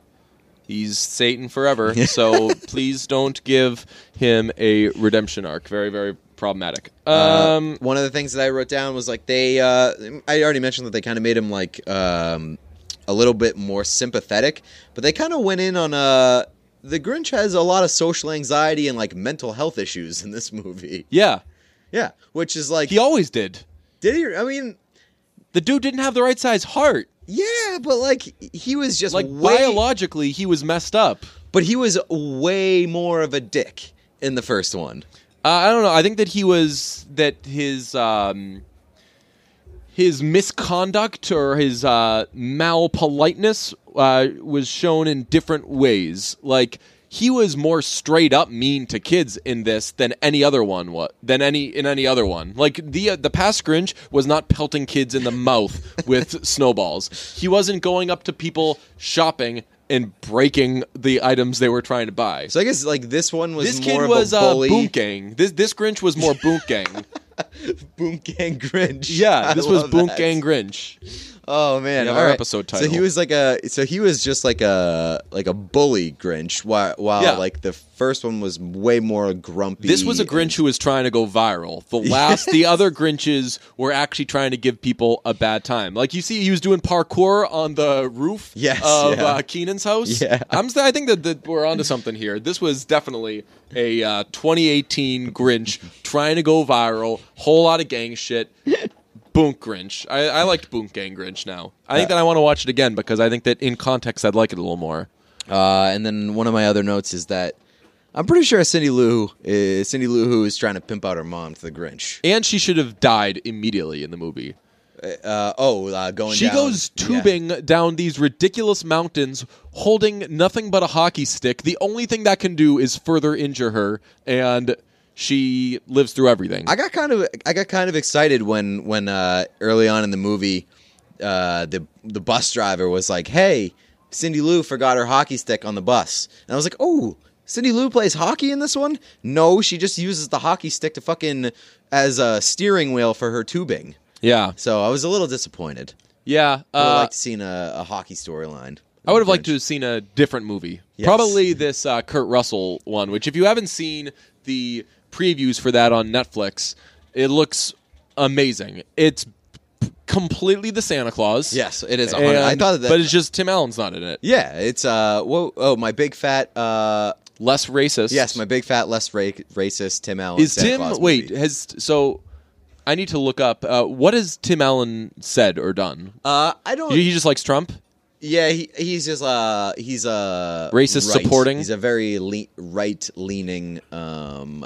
A: he's Satan forever. so please don't give him a redemption arc. Very very problematic.
B: Uh,
A: Um,
B: one of the things that I wrote down was like they. Uh, I already mentioned that they kind of made him like um, a little bit more sympathetic, but they kind of went in on a. The Grinch has a lot of social anxiety and like mental health issues in this movie.
A: yeah,
B: Yeah, which is like,
A: he always did.
B: did he? I mean,
A: The dude didn't have the right size heart.
B: yeah, but like he was just
A: Like
B: way,
A: biologically, he was messed up.
B: but he was way more of a dick in the first one.
A: Uh, I don't know. I think that he was that his um, his misconduct or his uh, malpoliteness uh, was shown in different ways. Like he was more straight up mean to kids in this than any other one. What than any in any other one? Like the uh, the past Grinch was not pelting kids in the mouth with snowballs. He wasn't going up to people shopping and breaking the items they were trying to buy
B: So I guess like this one was
A: this
B: more
A: kid
B: of
A: was
B: a
A: uh,
B: bully,
A: boom gang. This this Grinch was more boom gang.
B: boom gang Grinch.
A: Yeah, this
B: I
A: was
B: love
A: boom
B: that.
A: gang Grinch.
B: Oh man,
A: Yeah,
B: all
A: our
B: right.
A: episode
B: So he
A: title.
B: was like a so he was just like a like a bully Grinch while while
A: Yeah.
B: like the first one was way more grumpy.
A: This was a Grinch who was trying to go viral. The last, the other Grinches were actually trying to give people a bad time. Like you see, he was doing parkour on the roof
B: Yes,
A: of
B: yeah.
A: uh, Keenan's house.
B: Yeah.
A: I'm. si think that, that we're onto something here. This was definitely a uh, 2018 Grinch trying to go viral. Whole lot of gang shit. Boonk Grinch. I, I liked Boonk Gang Grinch now. I think that I want to watch it again because I think that in context I'd like it a little more.
B: Uh, and then one of my other notes is that I'm pretty sure Cindy Lou is, Cindy Lou Who is trying to pimp out her mom to the Grinch.
A: And she should have died immediately in the movie.
B: Uh, oh, uh, going.
A: She
B: down-
A: goes
B: yeah.
A: tubing down these ridiculous mountains holding nothing but a hockey stick. The only thing that can do is further injure her, and she lives through everything.
B: I got kind of I got kind of excited when when uh, early on in the movie, uh, the the bus driver was like, "Hey, Cindy Lou forgot her hockey stick on the bus," and I was like, "Oh." Cindy Lou plays hockey in this one? No, she just uses the hockey stick to fucking as a steering wheel for her tubing.
A: yeah.
B: So I was a little disappointed.
A: Yeah.
B: I would have
A: Uh,
B: liked to seen a, a hockey storyline.
A: I would have liked to have seen a different movie.
B: Yes.
A: Probably this uh, Kurt Russell one, which, if you haven't seen the previews for that on Netflix, it looks amazing. It's p- completely the Santa Claus.
B: Yes, it is. a hundred-
A: And-
B: I thought that.
A: but it's just Tim Allen's not in it.
B: yeah, it's uh. Whoa, oh, my big fat. uh
A: Less racist.
B: Yes, my big fat less ra- racist Tim Allen.
A: is
B: Santa
A: Tim
B: Claus
A: wait
B: movie.
A: has so I need to look up uh, what has Tim Allen said or done.
B: Uh, I don't.
A: He he just likes Trump.
B: yeah, he, he's just uh he's a
A: Racist supporting?
B: He's a very le- right leaning um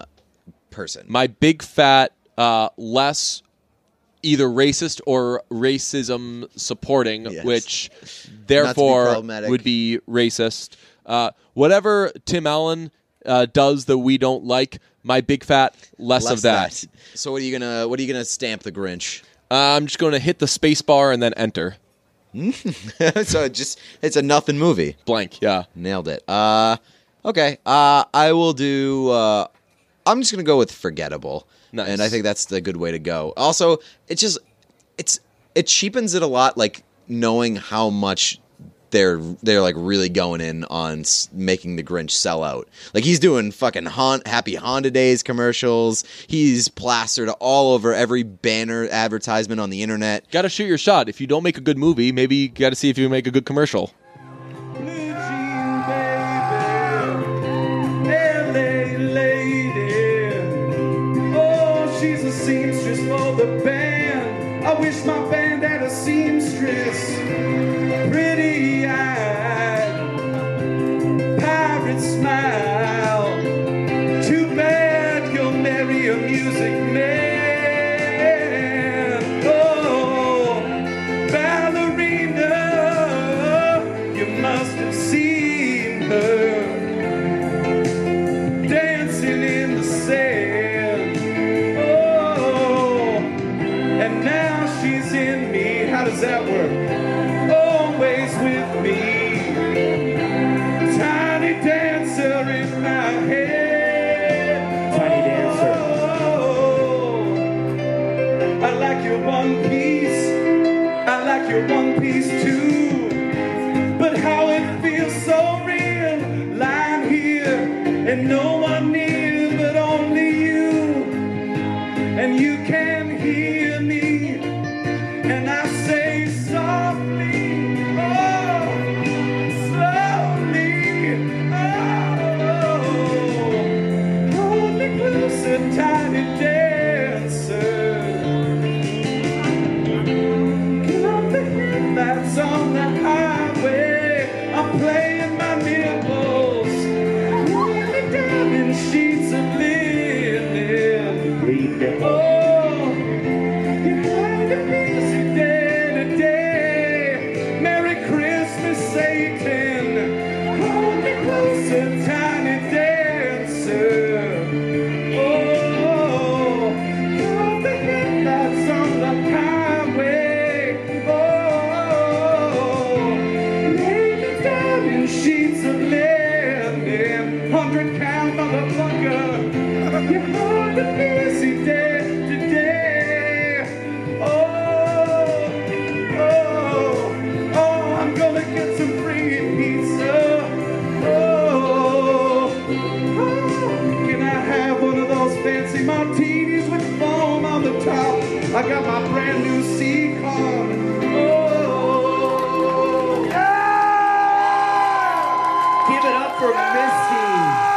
B: person.
A: My big fat uh, less either racist or racism supporting,
B: Yes.
A: which
B: Not to be
A: therefore
B: problematic.
A: would be racist. Uh, whatever Tim Allen uh, does that we don't like, my big fat less,
B: Less
A: of that.
B: So what are you gonna what are you gonna stamp the Grinch?
A: Uh, I'm just going to hit the space bar and then enter.
B: so it just it's a nothing movie.
A: Blank. Yeah.
B: Nailed it. Uh, okay. Uh, I will do. Uh, I'm just gonna go with forgettable,
A: Nice.
B: and I think that's the good way to go. Also, it just it's it cheapens it a lot, like knowing how much they're they're like really going in on s- making the Grinch sell out. Like he's doing fucking Hon- Happy Honda Days commercials. He's plastered all over every banner advertisement on the internet.
A: Got to shoot your shot. If you don't make a good movie, maybe you got to see if you make a good commercial.
C: Seamstress for the band. I wish my band had a seamstress. Pretty eyed, pirate smile. Too bad you'll marry a music man. Oh, ballerina, you must have seen her dancing in the sand. Oh, and now she's in me. How does that work? Always with me tiny dancer in my head. Tiny dancer. I like your one piece. I like your one piece too. But how it feels so real, lying here and no one near, but only you. And you can hear me. And I say softly, oh. Slowly, oh, hold me closer, tiny dancer. Get off the headlights on the highway. I'm playing my nipples, rolling me down in sheets of linen. Oh, you had a busy day today. Merry Christmas, Satan. Hold me closer, tiny dancer. Oh, you're the headlights on the highway. Oh, lay me down in sheets of linen. Hundred pound motherfucker. You had a busy day today. Oh. Oh, oh, I'm gonna get some free pizza. Oh, oh, can I have one of those fancy martinis with foam on the top? I got my brand new sea con. Oh, yeah!
D: Give it up for Misty.